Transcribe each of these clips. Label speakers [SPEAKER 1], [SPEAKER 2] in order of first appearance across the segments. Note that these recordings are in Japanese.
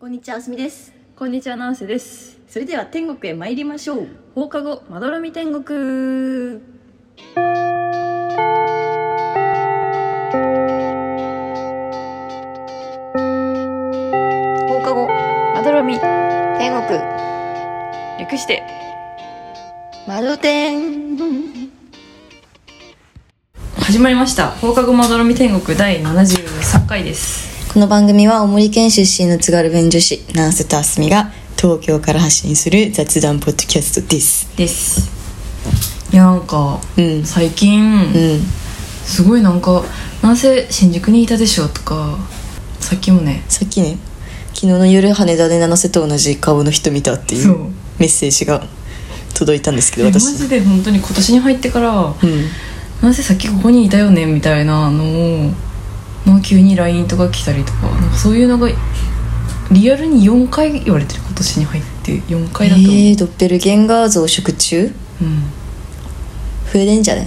[SPEAKER 1] こんにちは、あすみです。
[SPEAKER 2] こんにちは、ナンセです。
[SPEAKER 1] それでは天国へ参りましょう。
[SPEAKER 2] 放課後、まどろみ天国。
[SPEAKER 3] 放課後まどろみ天国
[SPEAKER 2] 略して。
[SPEAKER 3] まど天
[SPEAKER 2] 始まりました。放課後まどろみ天国第73回です。
[SPEAKER 3] この番組は青森県出身の津軽弁女子南瀬とあすみが東京から発信する雑談ポッドキャストです
[SPEAKER 2] です。いや、なんか、
[SPEAKER 3] うん
[SPEAKER 2] 最近、
[SPEAKER 3] うん
[SPEAKER 2] すごいなんか、なんせ新宿にいたでしょとか、さっきもね、
[SPEAKER 3] さっきね昨日の夜羽田で七瀬と同じ顔の人見たってい
[SPEAKER 2] そう
[SPEAKER 3] うメッセージが届いたんですけど
[SPEAKER 2] マ
[SPEAKER 3] 私
[SPEAKER 2] ジで本当に今年に入ってから、
[SPEAKER 3] うん
[SPEAKER 2] なんせさっきここにいたよねみたいなのをなんか急に LINE とか来たりとかなんかそういうのがリアルに4回言われてる今年に入って4回だと思う、
[SPEAKER 3] えー、ドッペルゲンガー増殖中
[SPEAKER 2] うん、
[SPEAKER 3] 増えれんじゃない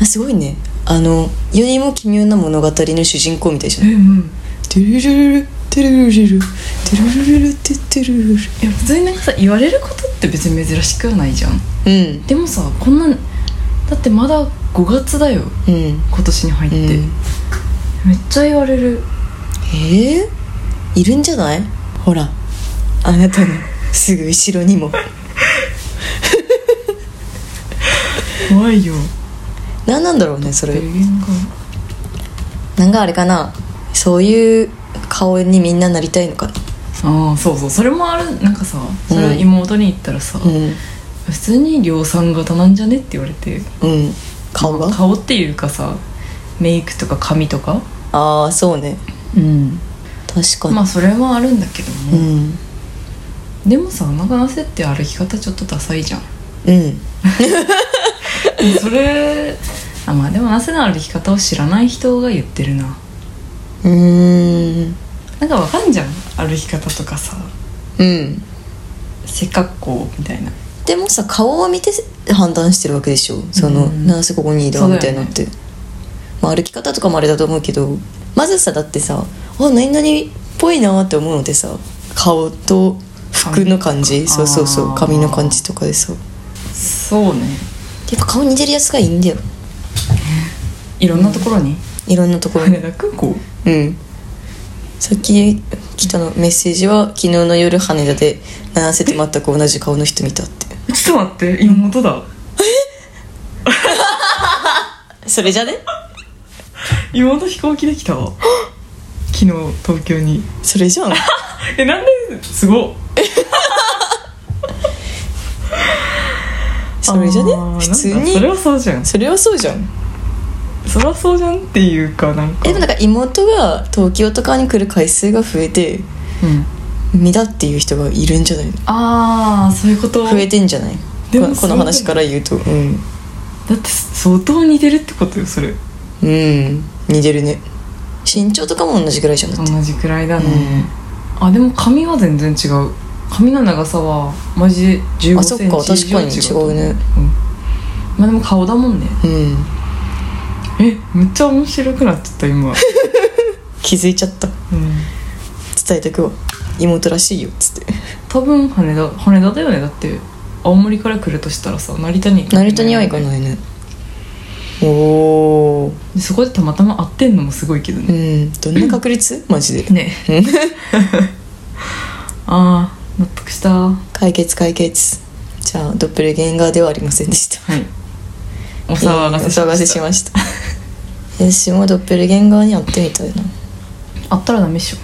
[SPEAKER 3] あすごいねあの世にも奇妙な物語の主人公みたいじゃない
[SPEAKER 2] えうん
[SPEAKER 3] テルルルテルルルルテルルルルテテルルル
[SPEAKER 2] いや別になんかさ言われることって別に珍しくはないじゃん
[SPEAKER 3] うん
[SPEAKER 2] でもさこんなだってまだ5月だよ
[SPEAKER 3] うん
[SPEAKER 2] 今年に入って、
[SPEAKER 3] うん
[SPEAKER 2] めっちゃ言われる
[SPEAKER 3] ええいるんじゃないほらあなたの すぐ後ろにも
[SPEAKER 2] 怖いよ
[SPEAKER 3] 何なんだろうねそ
[SPEAKER 2] ベ
[SPEAKER 3] れ
[SPEAKER 2] ルゲンが
[SPEAKER 3] なんかあれかなそういう顔にみんななりたいのかな
[SPEAKER 2] ああそうそうそれもあるなんかさそれは妹に言ったらさ、
[SPEAKER 3] うん
[SPEAKER 2] 普通に量産型なんじゃねって言われて
[SPEAKER 3] うん顔が
[SPEAKER 2] 顔っていうかさメイクとか髪とか
[SPEAKER 3] ああそうね
[SPEAKER 2] うん
[SPEAKER 3] 確かに、
[SPEAKER 2] まあそれはあるんだけど
[SPEAKER 3] う
[SPEAKER 2] も、
[SPEAKER 3] ん
[SPEAKER 2] でもさ長なせって歩き方ちょっとダサ いじゃん
[SPEAKER 3] うん
[SPEAKER 2] それあまあでもなせの歩き方を知らない人が言ってるな
[SPEAKER 3] うーん
[SPEAKER 2] なんかわかんじゃん歩き方とかさ
[SPEAKER 3] うん
[SPEAKER 2] 背格好みたいな
[SPEAKER 3] でもさ顔を見て判断してるわけでしょその、
[SPEAKER 2] うん
[SPEAKER 3] なんせここにいた
[SPEAKER 2] そうだ
[SPEAKER 3] み
[SPEAKER 2] よ
[SPEAKER 3] た
[SPEAKER 2] ね
[SPEAKER 3] いなって、まあ、歩き方とかもあれだと思うけどまずさだってさあ何々っぽいなって思うのでさ顔と服の感じ
[SPEAKER 2] 髪
[SPEAKER 3] そうそうそ
[SPEAKER 2] あ
[SPEAKER 3] う
[SPEAKER 2] ー
[SPEAKER 3] 髪の感じとかでさ
[SPEAKER 2] そうね
[SPEAKER 3] やっぱ顔似てるやつがいいんだよ
[SPEAKER 2] いろんなところに
[SPEAKER 3] いろんなところ に
[SPEAKER 2] 羽田空港
[SPEAKER 3] うんさっき来たのメッセージは昨日の夜羽田で七瀬と全く同じ顔の人見たって
[SPEAKER 2] ちょっと待って妹だ
[SPEAKER 3] それじゃね
[SPEAKER 2] 妹飛行機でき たわ昨日東京に
[SPEAKER 3] それじ ゃん
[SPEAKER 2] えなんですごっ
[SPEAKER 3] それじゃね
[SPEAKER 2] あー
[SPEAKER 3] 普通
[SPEAKER 2] なんかそれ
[SPEAKER 3] に
[SPEAKER 2] はそうじゃん
[SPEAKER 3] それはそうじゃん
[SPEAKER 2] そりゃそうじゃんっていうかなんか
[SPEAKER 3] えでもなんか妹が東京とかに来る回数が増えて
[SPEAKER 2] うん、
[SPEAKER 3] 見たっていう人がいるんじゃないの
[SPEAKER 2] ああそういうこと
[SPEAKER 3] 増えてんじゃない
[SPEAKER 2] でも
[SPEAKER 3] このこ
[SPEAKER 2] そうだ
[SPEAKER 3] の
[SPEAKER 2] よ
[SPEAKER 3] 話から言うとうん、
[SPEAKER 2] だって相当似てるってことよそれ
[SPEAKER 3] うん、似てるね身長とかも同じぐらいじゃな
[SPEAKER 2] 同
[SPEAKER 3] くて
[SPEAKER 2] じくらいだね、あでも髪は全然違う髪の長さはマジで1
[SPEAKER 3] あ
[SPEAKER 2] 5
[SPEAKER 3] そっ
[SPEAKER 2] セン
[SPEAKER 3] か
[SPEAKER 2] チ
[SPEAKER 3] 確
[SPEAKER 2] 以上
[SPEAKER 3] か
[SPEAKER 2] 違う
[SPEAKER 3] に違うね
[SPEAKER 2] まあでも顔だもんね
[SPEAKER 3] うん
[SPEAKER 2] えめっちゃ面白くなっちゃった今、
[SPEAKER 3] 気づいちゃった
[SPEAKER 2] うん、
[SPEAKER 3] 伝えとくわ妹らしいよっつって
[SPEAKER 2] 多分羽田羽田だよねだって青森から来るとしたらさ成田に行くよね
[SPEAKER 3] 成田には行かないねおー
[SPEAKER 2] でそこでたまたま会ってんのもすごいけど
[SPEAKER 3] う
[SPEAKER 2] ね、
[SPEAKER 3] んどんな確率マジで
[SPEAKER 2] ねああ納得したは
[SPEAKER 3] 解決解決じゃあドッペルゲンガーではありませんでした
[SPEAKER 2] いお騒がせし
[SPEAKER 3] お騒
[SPEAKER 2] ま
[SPEAKER 3] がせ
[SPEAKER 2] し
[SPEAKER 3] したました私もドッペルゲンガーに会ってみたいな
[SPEAKER 2] あったらダメっしょ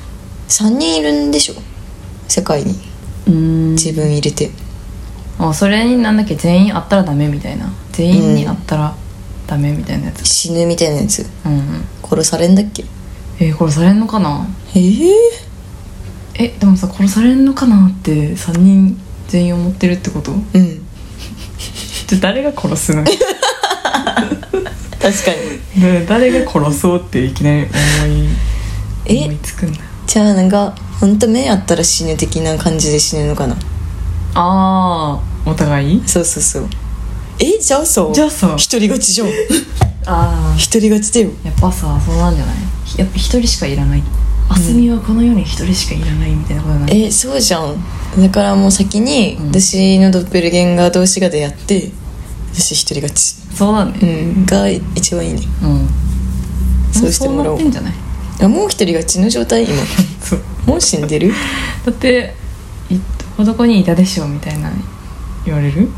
[SPEAKER 3] 3人いるんでしょ世界に
[SPEAKER 2] うん
[SPEAKER 3] 自分入れて
[SPEAKER 2] あそれになんだっけ全員あったらダメみたいな全員にあったらダメみたいなやつ
[SPEAKER 3] 死ぬみたいなやつ
[SPEAKER 2] うん、
[SPEAKER 3] 殺されんだっけ
[SPEAKER 2] えー殺されんのかな
[SPEAKER 3] えー、
[SPEAKER 2] えでもさ殺されんのかなって3人全員思ってるってこと
[SPEAKER 3] うん
[SPEAKER 2] じゃあ誰が殺すのね
[SPEAKER 3] 確かに
[SPEAKER 2] え誰が殺そうっていきなり思い
[SPEAKER 3] え
[SPEAKER 2] 思いつくんだ
[SPEAKER 3] じゃあなんかほんと目あったら死ぬ的な感じで死ぬのかな
[SPEAKER 2] ああお互い
[SPEAKER 3] そうそうそうえじゃあさ
[SPEAKER 2] じゃあさ
[SPEAKER 3] 一人勝ちじゃん一
[SPEAKER 2] あ
[SPEAKER 3] 人勝ちだよ
[SPEAKER 2] やっぱさそうなんじゃないやっぱ一人しかいらないあすみはこの世に一人しかいらないみたいなことなん
[SPEAKER 3] えそうじゃんだからもう先に
[SPEAKER 2] うん
[SPEAKER 3] 私のドッペルゲンガー同士が出会って私一人勝ち、
[SPEAKER 2] そうだね
[SPEAKER 3] うん、が一番いいね
[SPEAKER 2] うんもう
[SPEAKER 3] そうしてもらお
[SPEAKER 2] なっ
[SPEAKER 3] う
[SPEAKER 2] てんじゃない
[SPEAKER 3] あもう一人勝ちの状態 今
[SPEAKER 2] そう
[SPEAKER 3] もう死んでる
[SPEAKER 2] だっていどこどこにいたでしょうみたいな言われる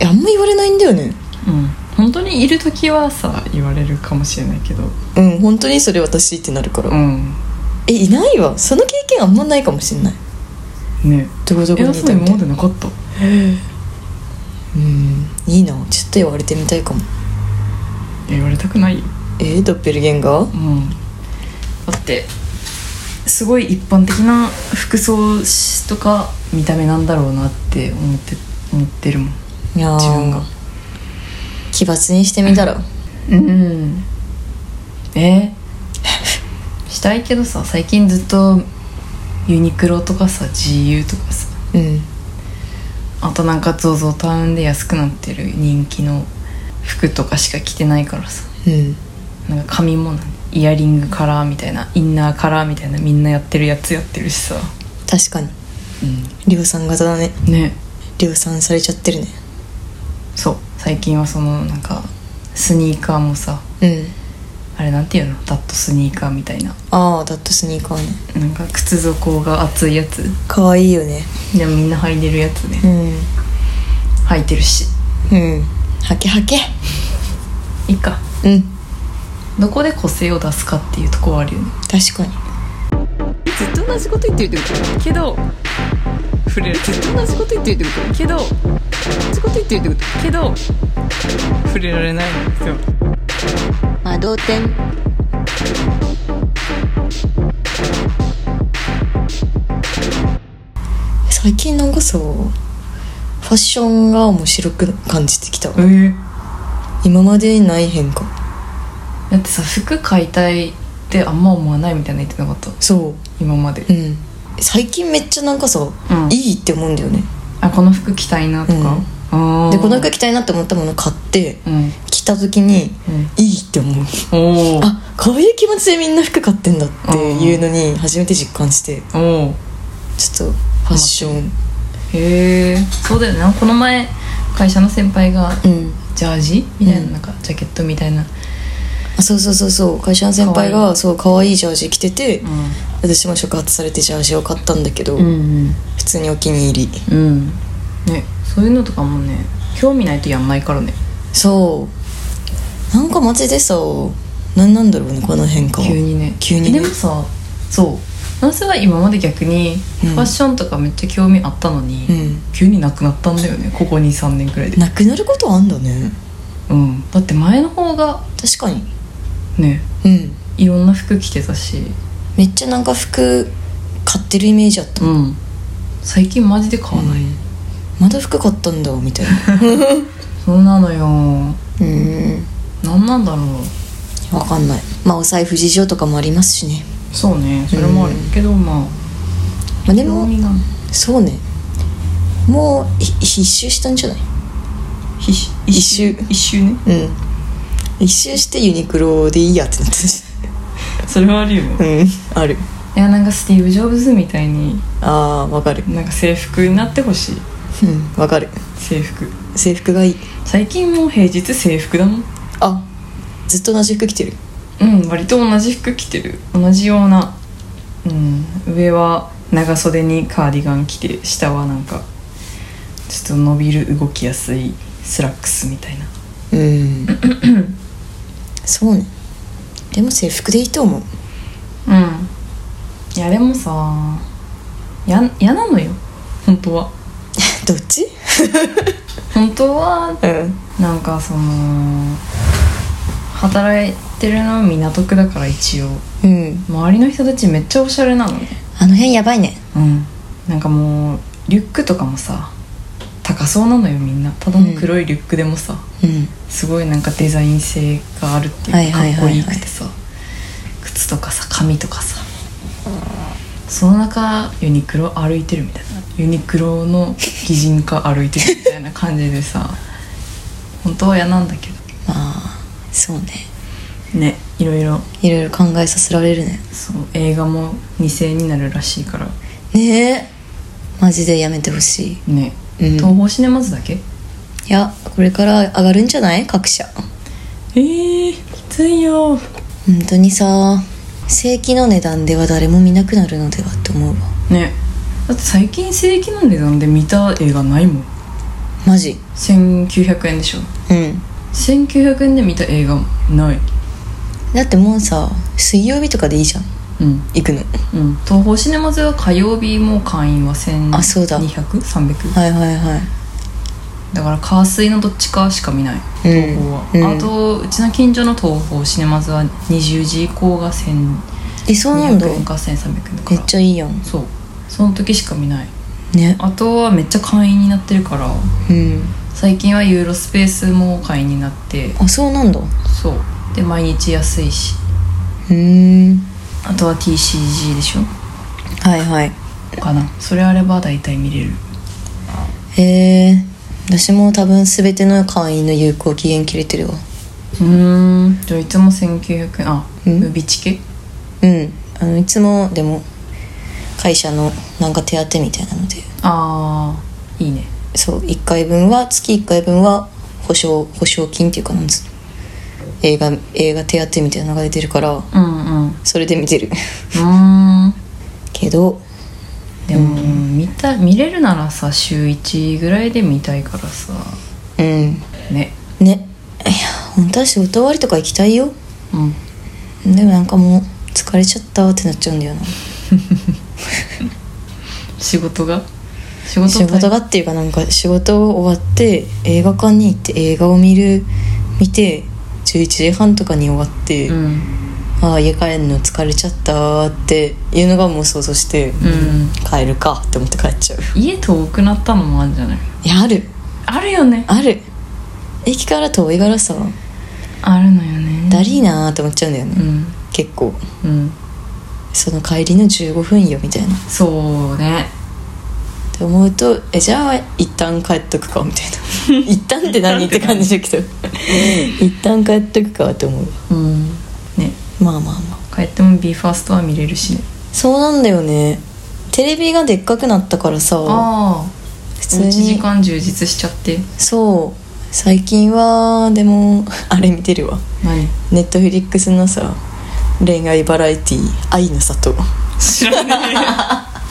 [SPEAKER 3] えあんま言われないんだよね
[SPEAKER 2] うん本当にいる時はさ言われるかもしれないけど
[SPEAKER 3] うん本当にそれ私ってなるから、
[SPEAKER 2] うん
[SPEAKER 3] えいないわその経験あんまないかもしれない
[SPEAKER 2] ね
[SPEAKER 3] どこどこ
[SPEAKER 2] え
[SPEAKER 3] にい
[SPEAKER 2] あそう
[SPEAKER 3] た
[SPEAKER 2] 今
[SPEAKER 3] みたい
[SPEAKER 2] ま
[SPEAKER 3] な
[SPEAKER 2] でなかった
[SPEAKER 3] うんいいなちょっと言われてみたいかも
[SPEAKER 2] え言われたくないよ
[SPEAKER 3] えドッペルゲンガー
[SPEAKER 2] うんだってすごい一般的な服装とか見た目なんだろうなって思って思ってるもん
[SPEAKER 3] いやー
[SPEAKER 2] 自分が
[SPEAKER 3] 奇抜にしてみたら
[SPEAKER 2] うんえ ーしたいけどさ最近ずっとユニクロとかさ GU とかさ
[SPEAKER 3] うん
[SPEAKER 2] あとなんか ZOZO タウンで安くなってる人気の服とかしか着てないからさ
[SPEAKER 3] うん
[SPEAKER 2] なんか髪もなんイヤリングカラーみたいなインナーカラーみたいなみんなやってるやつやってるしさ、
[SPEAKER 3] 確かに
[SPEAKER 2] う
[SPEAKER 3] 量産型だね
[SPEAKER 2] ん、ね
[SPEAKER 3] 量産されちゃってるね
[SPEAKER 2] そう最近はそのなんかスニーカーもさ
[SPEAKER 3] うん
[SPEAKER 2] あれなんていうのダットスニーカーみたいな
[SPEAKER 3] ああダットスニーカーね
[SPEAKER 2] なんか靴底が厚いやつ
[SPEAKER 3] 可愛いよね
[SPEAKER 2] でもみんな履いてるやつね
[SPEAKER 3] うん
[SPEAKER 2] 履いてるし
[SPEAKER 3] うんはけはけ
[SPEAKER 2] いいか
[SPEAKER 3] うん
[SPEAKER 2] どこで個性を出すかっていうとこはあるよね
[SPEAKER 3] 確かに
[SPEAKER 1] ずっと同じこと言ってるってことけど
[SPEAKER 2] 触れる
[SPEAKER 1] ずっと同じこと言ってるってことけど同じこと言ってるってことけど
[SPEAKER 2] 触れられないんですよ
[SPEAKER 1] 魔導天
[SPEAKER 3] 最近なんかさファッションが面白く感じてきた
[SPEAKER 2] え
[SPEAKER 3] 今までにない変化
[SPEAKER 2] だってさ服買いたいってあんま思わないみたいな言ってなかった
[SPEAKER 3] そ
[SPEAKER 2] 今まで
[SPEAKER 3] ううん最近めっちゃなんかさ、
[SPEAKER 2] うん
[SPEAKER 3] いいって思うんだよね
[SPEAKER 2] あこの服着たいなとか、あー
[SPEAKER 3] でこの服着たいなって思ったもの買って
[SPEAKER 2] うん
[SPEAKER 3] 着た時に
[SPEAKER 2] うん
[SPEAKER 3] いいって思う
[SPEAKER 2] おー
[SPEAKER 3] あこういう気持ちでみんな服買ってんだっていうのに初めて実感して
[SPEAKER 2] おー
[SPEAKER 3] ちょっとファッション
[SPEAKER 2] へえそうだよねこの前会社の先輩が
[SPEAKER 3] うん
[SPEAKER 2] ジャージみたいな,、
[SPEAKER 3] うん
[SPEAKER 2] なんかジャケットみたいな、
[SPEAKER 3] あそうそうそうそう会社の先輩
[SPEAKER 2] かわ
[SPEAKER 3] がそう可愛いジャージ着てて、
[SPEAKER 2] う
[SPEAKER 3] 私も触発されてジャージを買ったんだけど、
[SPEAKER 2] ん
[SPEAKER 3] 普通にお気に入り
[SPEAKER 2] うんねそういうのとかもね興味ないとやんないからね
[SPEAKER 3] そうなんかマジでさ何なんだろうねこの変化は
[SPEAKER 2] 急にね
[SPEAKER 3] 急にね
[SPEAKER 2] でもさそう男性は今まで逆に
[SPEAKER 3] うん
[SPEAKER 2] ファッションとかめっちゃ興味あったのに、
[SPEAKER 3] うん
[SPEAKER 2] 急になくなったんだよねここ23年くらいで、
[SPEAKER 3] なくなることあんだね
[SPEAKER 2] うん、だって前の方が
[SPEAKER 3] 確かに
[SPEAKER 2] ね
[SPEAKER 3] うん
[SPEAKER 2] いろんな服着てたし
[SPEAKER 3] めっちゃなんか服買ってるイメージあった
[SPEAKER 2] うん最近マジで買わない、
[SPEAKER 3] うんまだ服買ったんだみたいな
[SPEAKER 2] そうなのよ
[SPEAKER 3] うん
[SPEAKER 2] 何なんだろ
[SPEAKER 3] わかんないまあお財布事情とかもありますしね、
[SPEAKER 2] うそうねそれもあるけど、ま
[SPEAKER 3] まあ、で
[SPEAKER 2] あ興
[SPEAKER 3] も
[SPEAKER 2] 味が
[SPEAKER 3] そうねもうひ必修したんじゃない
[SPEAKER 2] ひし
[SPEAKER 3] 一周
[SPEAKER 2] 一周ね
[SPEAKER 3] うん一周してユニクロでいいやってなったし
[SPEAKER 2] それはあるよね
[SPEAKER 3] うんある
[SPEAKER 2] いやなんかスティーブ・ジョブズみたいに
[SPEAKER 3] あーわかる
[SPEAKER 2] なんか制服になってほしい
[SPEAKER 3] うんわかる
[SPEAKER 2] 制服
[SPEAKER 3] 制服がいい
[SPEAKER 2] 最近もう平日制服だもん
[SPEAKER 3] あずっと同じ服着てる
[SPEAKER 2] うん割と同じ服着てる同じような、うん、上は長袖にカーディガン着て下はなんかちょっと伸びる動きやすいスラックスみたいな
[SPEAKER 3] うん そうねでも制服でいいと思う
[SPEAKER 2] うんいやでもさや嫌なのよ本当 は
[SPEAKER 3] どっち
[SPEAKER 2] 本当は
[SPEAKER 3] うん
[SPEAKER 2] なんかその働いてるのは港区だから一応
[SPEAKER 3] うん
[SPEAKER 2] 周りの人たちめっちゃおしゃれなのね
[SPEAKER 3] あの辺やばいね
[SPEAKER 2] うんなんかもうリュックとかもさ高そうなのよみんなただの黒いリュックでもさ、
[SPEAKER 3] うん
[SPEAKER 2] すごいなんかデザイン性があるっていうか
[SPEAKER 3] はいはいはいはい
[SPEAKER 2] かっこいいくてさ靴とかさ髪とかさその中ユニクロ歩いてるみたいなユニクロの擬人化歩いてるみたいな感じでさ本当は嫌なんだけ
[SPEAKER 3] まあそうね
[SPEAKER 2] どねいろいろ
[SPEAKER 3] いろいろ考えさせられるね
[SPEAKER 2] そう映画も2世になるらしいから
[SPEAKER 3] ねえマジでやめてほしい
[SPEAKER 2] ね、
[SPEAKER 3] うん
[SPEAKER 2] 東宝シネマズだけ
[SPEAKER 3] いやこれから上がるんじゃない各社
[SPEAKER 2] えー、きついよ
[SPEAKER 3] 本当にさ正規の値段では誰も見なくなるのではと思うわ
[SPEAKER 2] ねだって最近正規の値段で見た映画ないもん
[SPEAKER 3] マジ
[SPEAKER 2] 1900円でしょ
[SPEAKER 3] うん
[SPEAKER 2] 1900円で見た映画ない
[SPEAKER 3] だってもうさ水曜日とかでいいじゃん
[SPEAKER 2] うん
[SPEAKER 3] 行くの
[SPEAKER 2] うん東宝シネマズは火曜日も会員は
[SPEAKER 3] あそうだ
[SPEAKER 2] 1200?300
[SPEAKER 3] はいはいはい
[SPEAKER 2] だから火水のどっちかしか見ない東宝は、
[SPEAKER 3] うんうん
[SPEAKER 2] あとうちの近所の東宝シネマズは20時以降が1200
[SPEAKER 3] えそうなんだ
[SPEAKER 2] 円か1300円だか
[SPEAKER 3] めっ
[SPEAKER 2] ら
[SPEAKER 3] ちゃいいやん
[SPEAKER 2] そうその時しか見ない
[SPEAKER 3] ね
[SPEAKER 2] あとはめっちゃ会員になってるから
[SPEAKER 3] うん
[SPEAKER 2] 最近はユーロスペースも会員になって
[SPEAKER 3] あそうなんだう
[SPEAKER 2] そうで毎日安いし
[SPEAKER 3] ーん
[SPEAKER 2] あとは TCG でしょ
[SPEAKER 3] はいはい
[SPEAKER 2] かなそれあれば大体見れる
[SPEAKER 3] へえ私も多分全ての会員の有効期限切れてるわ
[SPEAKER 2] うーんじゃあいつも1900円あ
[SPEAKER 3] うん
[SPEAKER 2] ムビチケ
[SPEAKER 3] うんあのいつもでも会社のなんか手当みたいなので
[SPEAKER 2] あーいいね
[SPEAKER 3] そう1回分は月1回分は保証保証金っていうかなんつうの映画映画手当みたいなのが出てるから
[SPEAKER 2] うんうんう
[SPEAKER 3] それで見てる
[SPEAKER 2] ーん
[SPEAKER 3] けど
[SPEAKER 2] でも、見た見れるならさ週1ぐらいで見たいからさ
[SPEAKER 3] うん
[SPEAKER 2] ね
[SPEAKER 3] ねいや本当は仕事終わりとか行きたいよ
[SPEAKER 2] うん
[SPEAKER 3] でもなんかもう疲れちゃったってなっちゃうんだよな
[SPEAKER 2] 仕事が仕事
[SPEAKER 3] 仕事がっていうかなんか仕事終わって映画館に行って映画を見る見て11時半とかに終わって、
[SPEAKER 2] うん
[SPEAKER 3] ああ家帰るの疲れちゃったっていうのがもう想像して、
[SPEAKER 2] ん
[SPEAKER 3] 帰るかって思って帰っちゃう
[SPEAKER 2] 家遠くなったのもあるんじゃない
[SPEAKER 3] いやある
[SPEAKER 2] あるよね
[SPEAKER 3] ある駅から遠いからさ
[SPEAKER 2] あるのよね
[SPEAKER 3] だりーなーって思っちゃうんだよね、
[SPEAKER 2] うん
[SPEAKER 3] 結構
[SPEAKER 2] うん
[SPEAKER 3] その帰りの15分よみたいなっ
[SPEAKER 2] そうね
[SPEAKER 3] て思うとえじゃあ一旦帰っとくかみた いな一旦って何って感じだけど一旦帰っとくかって思う
[SPEAKER 2] うんね
[SPEAKER 3] まあまあまあ
[SPEAKER 2] 帰っても b ファーストは見れるしね
[SPEAKER 3] そうなんだよねテレビがでっかくなったからさ
[SPEAKER 2] ああ
[SPEAKER 3] 普通
[SPEAKER 2] おうち時
[SPEAKER 3] に
[SPEAKER 2] 間充実しちゃって
[SPEAKER 3] そう最近はでも あれ見てるわ
[SPEAKER 2] 何
[SPEAKER 3] ネットフリックスのさ恋愛バラエティ「愛の 里」
[SPEAKER 2] 知らない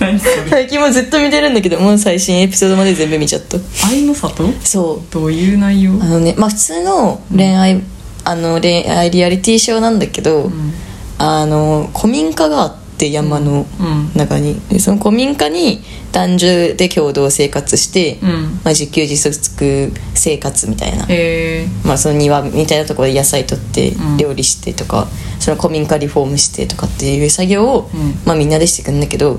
[SPEAKER 2] 何それ
[SPEAKER 3] 最近もずっと見てるんだけどもう最新エピソードまで全部見ちゃった
[SPEAKER 2] 愛の里
[SPEAKER 3] そ
[SPEAKER 2] どういう内容
[SPEAKER 3] うあのねまあ普通の恋愛、あの恋愛リアリティショーなんだけど、
[SPEAKER 2] うん
[SPEAKER 3] あの古民家があって山の
[SPEAKER 2] うん
[SPEAKER 3] 中に、でその古民家に男女で共同生活して、
[SPEAKER 2] うん
[SPEAKER 3] まあ、自給自足生活みたいな、
[SPEAKER 2] え
[SPEAKER 3] まあ、その庭みたいなところで野菜取って
[SPEAKER 2] うん
[SPEAKER 3] 料理してとか、その古民家リフォームしてとかっていう作業を、
[SPEAKER 2] うん
[SPEAKER 3] まあ、みんなでしてくんだけど、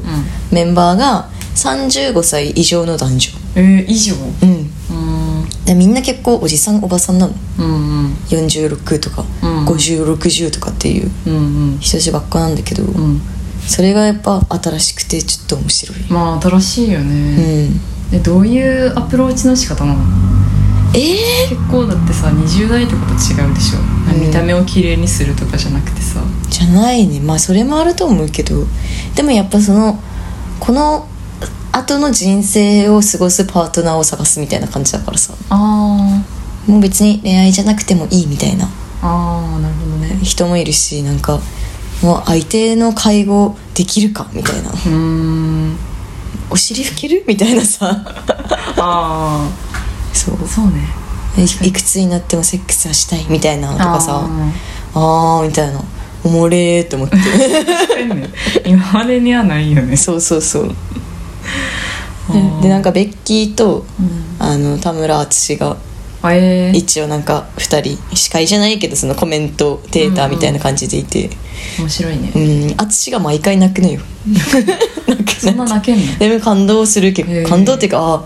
[SPEAKER 3] メンバーが35歳以上の男女、
[SPEAKER 2] ー、えー、以上
[SPEAKER 3] うん、
[SPEAKER 2] うん
[SPEAKER 3] でみんな結構おじさんおばさんなの
[SPEAKER 2] うんうん
[SPEAKER 3] 46とか、
[SPEAKER 2] うん
[SPEAKER 3] 5060とかっていう
[SPEAKER 2] うんうん
[SPEAKER 3] 人たちばっかなんだけど、
[SPEAKER 2] うん
[SPEAKER 3] それがやっぱ新しくてちょっと面白い、
[SPEAKER 2] まあ新しいよ
[SPEAKER 3] うん、
[SPEAKER 2] ね、
[SPEAKER 3] え
[SPEAKER 2] えどういうアプローチの仕方なの
[SPEAKER 3] え
[SPEAKER 2] 結構だってさ20代とかと違うでしょ、
[SPEAKER 3] うん
[SPEAKER 2] 見た目を綺麗にするとかじゃなくてさ
[SPEAKER 3] じゃないねまあそれもあると思うけどでもやっぱそのこの後の人生を過ごすパートナーを探すみたいな感じだからさ
[SPEAKER 2] あー
[SPEAKER 3] もう別に恋愛じゃなくてもいいみたいな
[SPEAKER 2] あーなるほどね
[SPEAKER 3] 人もいるしなんかもう相手の介護できるかみたいな
[SPEAKER 2] うーん
[SPEAKER 3] お尻拭けるみたいなさ
[SPEAKER 2] あ
[SPEAKER 3] そう
[SPEAKER 2] あそうね
[SPEAKER 3] いいくつになってもセックスはしたいみたいなのとかさ
[SPEAKER 2] あ
[SPEAKER 3] あーみたいなおもれーと 思って
[SPEAKER 2] ー 確かにね今までにはないよね
[SPEAKER 3] そうそうそう
[SPEAKER 2] あー
[SPEAKER 3] でなんかベッキーと
[SPEAKER 2] うん
[SPEAKER 3] あの田村淳が
[SPEAKER 2] あえー、
[SPEAKER 3] 一応なんか2人司会じゃないけどそのコメントデーターみたいな感じでいて
[SPEAKER 2] 面白いね
[SPEAKER 3] うん淳が毎回泣くの よ泣く
[SPEAKER 2] そんな泣けんの
[SPEAKER 3] でも感動するけ
[SPEAKER 2] へ
[SPEAKER 3] ど
[SPEAKER 2] ー
[SPEAKER 3] 感動っていうかあ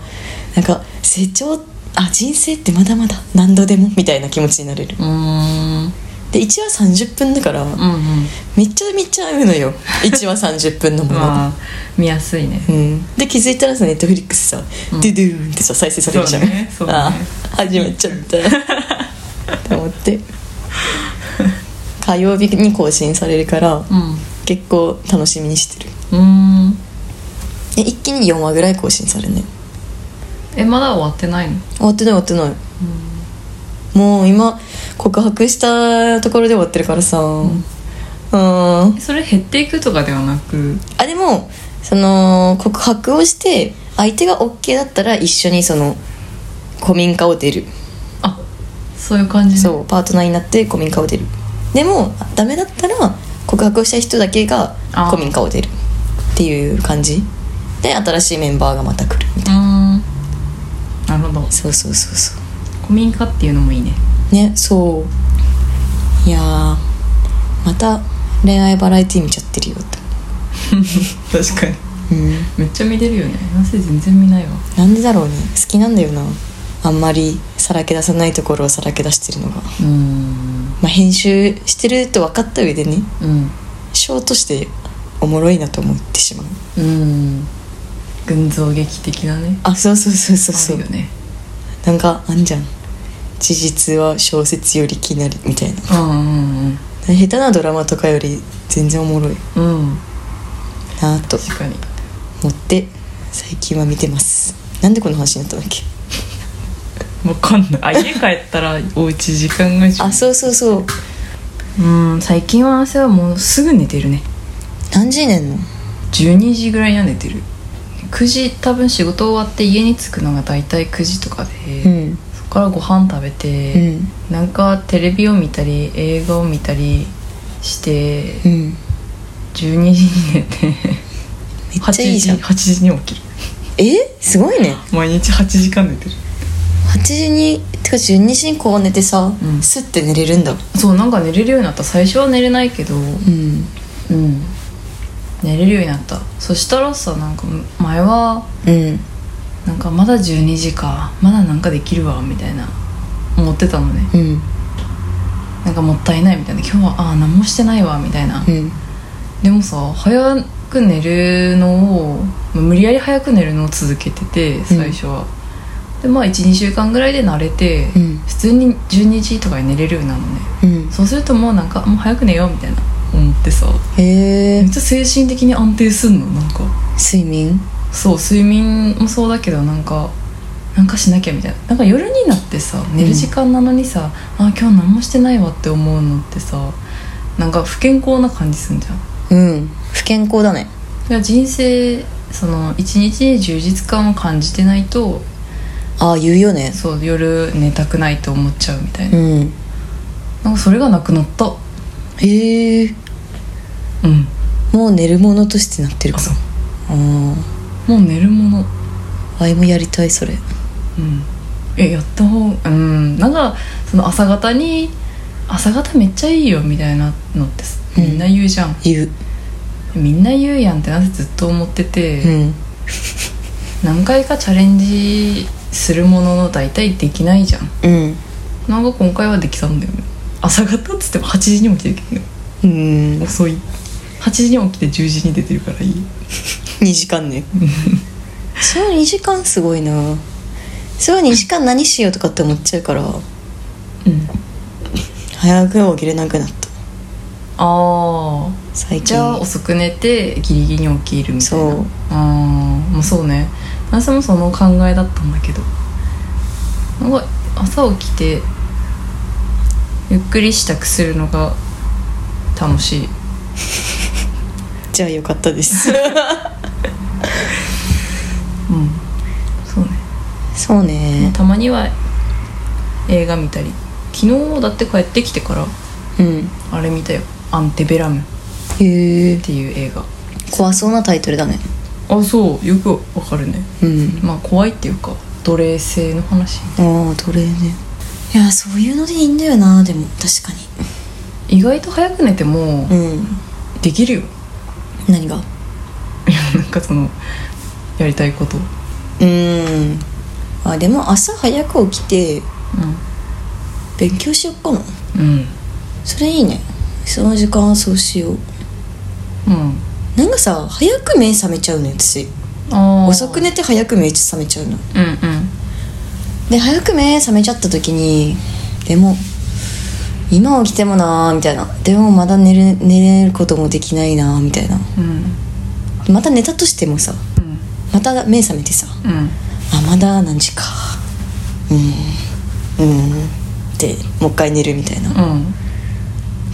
[SPEAKER 3] なんか成長あ人生ってまだまだ何度でもみたいな気持ちになれる
[SPEAKER 2] うーん
[SPEAKER 3] で1話30分だから
[SPEAKER 2] うんうん
[SPEAKER 3] めっちゃめっちゃ合うのよ1話30分のもの
[SPEAKER 2] まあ見やすいね
[SPEAKER 3] うん、で気づいたらさネットフリックスさ、ドゥドゥーンってさ再生されるじゃん、
[SPEAKER 2] そうねそうね
[SPEAKER 3] ああ始まっちゃったと思って火曜日に更新されるから結構楽しみにしてる
[SPEAKER 2] うんうん
[SPEAKER 3] え一気に4話ぐらい更新されるね
[SPEAKER 2] えまだ終わってないの
[SPEAKER 3] 終わってない終わってないもう今告白したところで終わってるからさうんあ
[SPEAKER 2] それ減っていくとかではなく
[SPEAKER 3] でもその告白をして相手が OK だったら一緒にその古民家を出る
[SPEAKER 2] あそういう感じね
[SPEAKER 3] そうパートナーになって古民家を出るでもダメだったら告白をした人だけが
[SPEAKER 2] あ
[SPEAKER 3] 古民家を出るっていう感じで新しいメンバーがまた来るみたい
[SPEAKER 2] うんなるほど
[SPEAKER 3] なそうそうそうそう
[SPEAKER 2] 古民家っていうのもいいね
[SPEAKER 3] ねそういやーまた恋愛バラエティ見ちゃってるよって
[SPEAKER 2] 確かに
[SPEAKER 3] うん
[SPEAKER 2] めっちゃ見てるよねなぜ全然見ないわ
[SPEAKER 3] なんでだろうね好きなんだよなあんまりさらけ出さないところをさらけ出してるのが
[SPEAKER 2] うん
[SPEAKER 3] まあ編集してるって分かった上でね
[SPEAKER 2] うん
[SPEAKER 3] ショーとしておもろいなと思ってしまう
[SPEAKER 2] うん群像劇的なね
[SPEAKER 3] あそうそうそうそうそう
[SPEAKER 2] あるよね
[SPEAKER 3] なんかあんじゃん事実は小説より気なりみたいな
[SPEAKER 2] うん
[SPEAKER 3] 下手なドラマとかより全然おもろい
[SPEAKER 2] うんうんうん
[SPEAKER 3] なぁと
[SPEAKER 2] 確かに
[SPEAKER 3] 思って最近は見てますなんでこの話になったんだっけ
[SPEAKER 2] わかんないあ家帰ったらおうち時間が
[SPEAKER 3] あそうそうそう
[SPEAKER 2] うん最近は朝はもうすぐ寝てるね
[SPEAKER 3] 何時ねんの
[SPEAKER 2] 12時ぐらいには寝てる9時多分仕事終わって家に着くのが大体9時とかで、
[SPEAKER 3] うん
[SPEAKER 2] そこからご飯食べ
[SPEAKER 3] う
[SPEAKER 2] て、
[SPEAKER 3] ん
[SPEAKER 2] なんかテレビを見たり映画を見たりして
[SPEAKER 3] うん
[SPEAKER 2] 12時に寝て
[SPEAKER 3] めっ
[SPEAKER 2] 8
[SPEAKER 3] ちゃいいじ
[SPEAKER 2] 時
[SPEAKER 3] ゃん
[SPEAKER 2] 8時に起きる
[SPEAKER 3] えすごいね
[SPEAKER 2] 毎日8時間寝てる
[SPEAKER 3] 8時にてか12時にこう寝てさ、
[SPEAKER 2] うん
[SPEAKER 3] スッて寝れるんだ
[SPEAKER 2] そうなんか寝れるようになった最初は寝れないけど
[SPEAKER 3] うん
[SPEAKER 2] うん寝れるようになったそしたらさなんか前は
[SPEAKER 3] うん
[SPEAKER 2] なんかまだ12時かまだなんかできるわみたいな思ってたのね
[SPEAKER 3] うん
[SPEAKER 2] なんかもったいないみたいな今日はああ何もしてないわみたいな、
[SPEAKER 3] うん
[SPEAKER 2] でもさ早く寝るのをまあ無理やり早く寝るのを続けてて最初は、でまあ12週間ぐらいで慣れて、
[SPEAKER 3] うん
[SPEAKER 2] 普通に12時とかに寝れるようになるのね
[SPEAKER 3] うん
[SPEAKER 2] そうするともうなんかもう早く寝ようみたいな思ってさ
[SPEAKER 3] へ
[SPEAKER 2] め
[SPEAKER 3] え
[SPEAKER 2] っちゃ精神的に安定すんのなんか
[SPEAKER 3] 睡眠
[SPEAKER 2] そう睡眠もそうだけどなんかなんかしなきゃみたいななんか夜になってさ寝る時間なのにさ、あ今日何もしてないわって思うのってさなんか不健康な感じすんじゃん
[SPEAKER 3] うん不健康だね
[SPEAKER 2] だから人生その一日に充実感を感じてないと
[SPEAKER 3] ああ言うよね
[SPEAKER 2] そう夜寝たくないと思っちゃうみたいな,、
[SPEAKER 3] うん
[SPEAKER 2] なんかそれがなくなった
[SPEAKER 3] へえ
[SPEAKER 2] うん
[SPEAKER 3] もう寝るものとしてなってる
[SPEAKER 2] あ
[SPEAKER 3] か
[SPEAKER 2] そ
[SPEAKER 3] ら
[SPEAKER 2] う
[SPEAKER 3] あー
[SPEAKER 2] もう寝るもの
[SPEAKER 3] あいもやりたいそれ
[SPEAKER 2] うんえやった方うんなんかその朝方に朝方めっちゃいいよみたいなのってさ
[SPEAKER 3] うん
[SPEAKER 2] みんな言うじゃん、
[SPEAKER 3] 言う
[SPEAKER 2] みんな言うやんってなぜずっと思ってて、
[SPEAKER 3] うん
[SPEAKER 2] 何回かチャレンジするものの大体できないじゃん
[SPEAKER 3] うん
[SPEAKER 2] なんか今回はできたんだよね朝方っつっても8時に起きてるけど
[SPEAKER 3] うん
[SPEAKER 2] 遅い8時に起きて10時に出てるからいい
[SPEAKER 3] 2時間 ねその2時間すごいなその2時間何しようとかって思っちゃうから
[SPEAKER 2] うん
[SPEAKER 3] 早く起きれなくなった
[SPEAKER 2] あ
[SPEAKER 3] 最
[SPEAKER 2] あじゃあ
[SPEAKER 3] 近
[SPEAKER 2] 遅く寝てギリギリに起きるみたい
[SPEAKER 3] そ
[SPEAKER 2] な
[SPEAKER 3] う
[SPEAKER 2] ああもうそうね私もその考えだったんだけどなんか朝起きてゆっくり支度するのが楽しい
[SPEAKER 3] じゃあよかったです
[SPEAKER 2] うんそうね
[SPEAKER 3] そうね
[SPEAKER 2] たまには映画見たり昨日だって帰ってきてから
[SPEAKER 3] うん
[SPEAKER 2] あれ見たよ「アンテベラム」っ
[SPEAKER 3] へえ
[SPEAKER 2] ていう映画
[SPEAKER 3] 怖そうなタイトルだね
[SPEAKER 2] あそうよくわかるね
[SPEAKER 3] うん
[SPEAKER 2] まあ怖いっていうか奴隷性の話
[SPEAKER 3] ああどれねいやそういうのでいいんだよなでも確か
[SPEAKER 2] 意外と早く寝ても
[SPEAKER 3] にうん
[SPEAKER 2] できるよ、
[SPEAKER 3] 何が
[SPEAKER 2] いやなんかそのやりたいことう
[SPEAKER 3] うーんあでも朝早く起きて勉強しよっかな
[SPEAKER 2] うん
[SPEAKER 3] それいいねその時間はそうしよう
[SPEAKER 2] うん
[SPEAKER 3] なんかさ早く目覚めちゃうのよ私
[SPEAKER 2] あー
[SPEAKER 3] 遅く寝て早く目覚めちゃうの
[SPEAKER 2] うんうん
[SPEAKER 3] で早く目覚めちゃった時にでも今は来てもなーみたいなでもまだ寝る寝れることもできないなーみたいな
[SPEAKER 2] うん
[SPEAKER 3] また寝たとしてもさ
[SPEAKER 2] うん
[SPEAKER 3] また目覚めてさ
[SPEAKER 2] うん
[SPEAKER 3] あまだ何時かうんうんってもう一回寝るみたいな
[SPEAKER 2] うん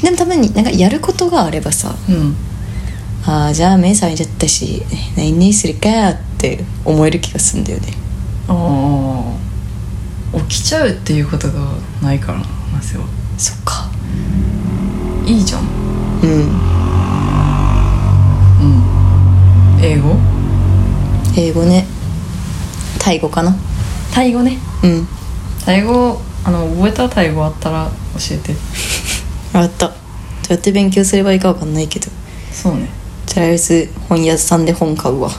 [SPEAKER 3] でもたまになんかやることがあればさ
[SPEAKER 2] うん
[SPEAKER 3] あーじゃあ目覚めちゃったし何にするかーって思える気がするんだよね
[SPEAKER 2] ああ起きちゃうっていうことがないからなマセは
[SPEAKER 3] そっか
[SPEAKER 2] いいじゃん
[SPEAKER 3] うん
[SPEAKER 2] 英語
[SPEAKER 3] 英語ねタイ語かな
[SPEAKER 2] タイ語ね
[SPEAKER 3] うん
[SPEAKER 2] タイ語あの覚えたタイ語あったら教えて
[SPEAKER 3] あったどうやって勉強すればいいかわかんないけど
[SPEAKER 2] そうね
[SPEAKER 3] とりあえず本屋さんで本買うわ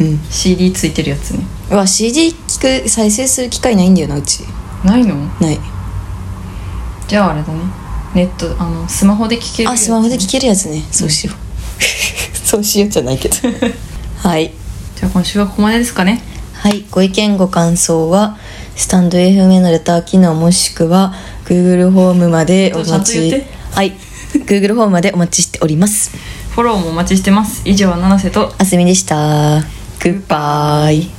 [SPEAKER 2] うん
[SPEAKER 3] うん
[SPEAKER 2] CD ついてるやつね
[SPEAKER 3] うわ CD 聞く再生する機会ないんだよなうち
[SPEAKER 2] ないの
[SPEAKER 3] ない
[SPEAKER 2] じゃああれだねネットあのスマホで聞ける
[SPEAKER 3] あスマホで聞けるやつねそうしよう、 そうしようじゃないけ どはい
[SPEAKER 2] じゃあ今週はここまでですかね
[SPEAKER 3] はいご意見ご感想はスタンド FM へのレター機能もしくは Google ホームまでお待
[SPEAKER 2] ちゃんと言っ
[SPEAKER 3] ち
[SPEAKER 2] て
[SPEAKER 3] はい Google ホームまでお待ちしております
[SPEAKER 2] フォローもお待ちしてます以上七瀬と
[SPEAKER 3] あすみでしたグッバイ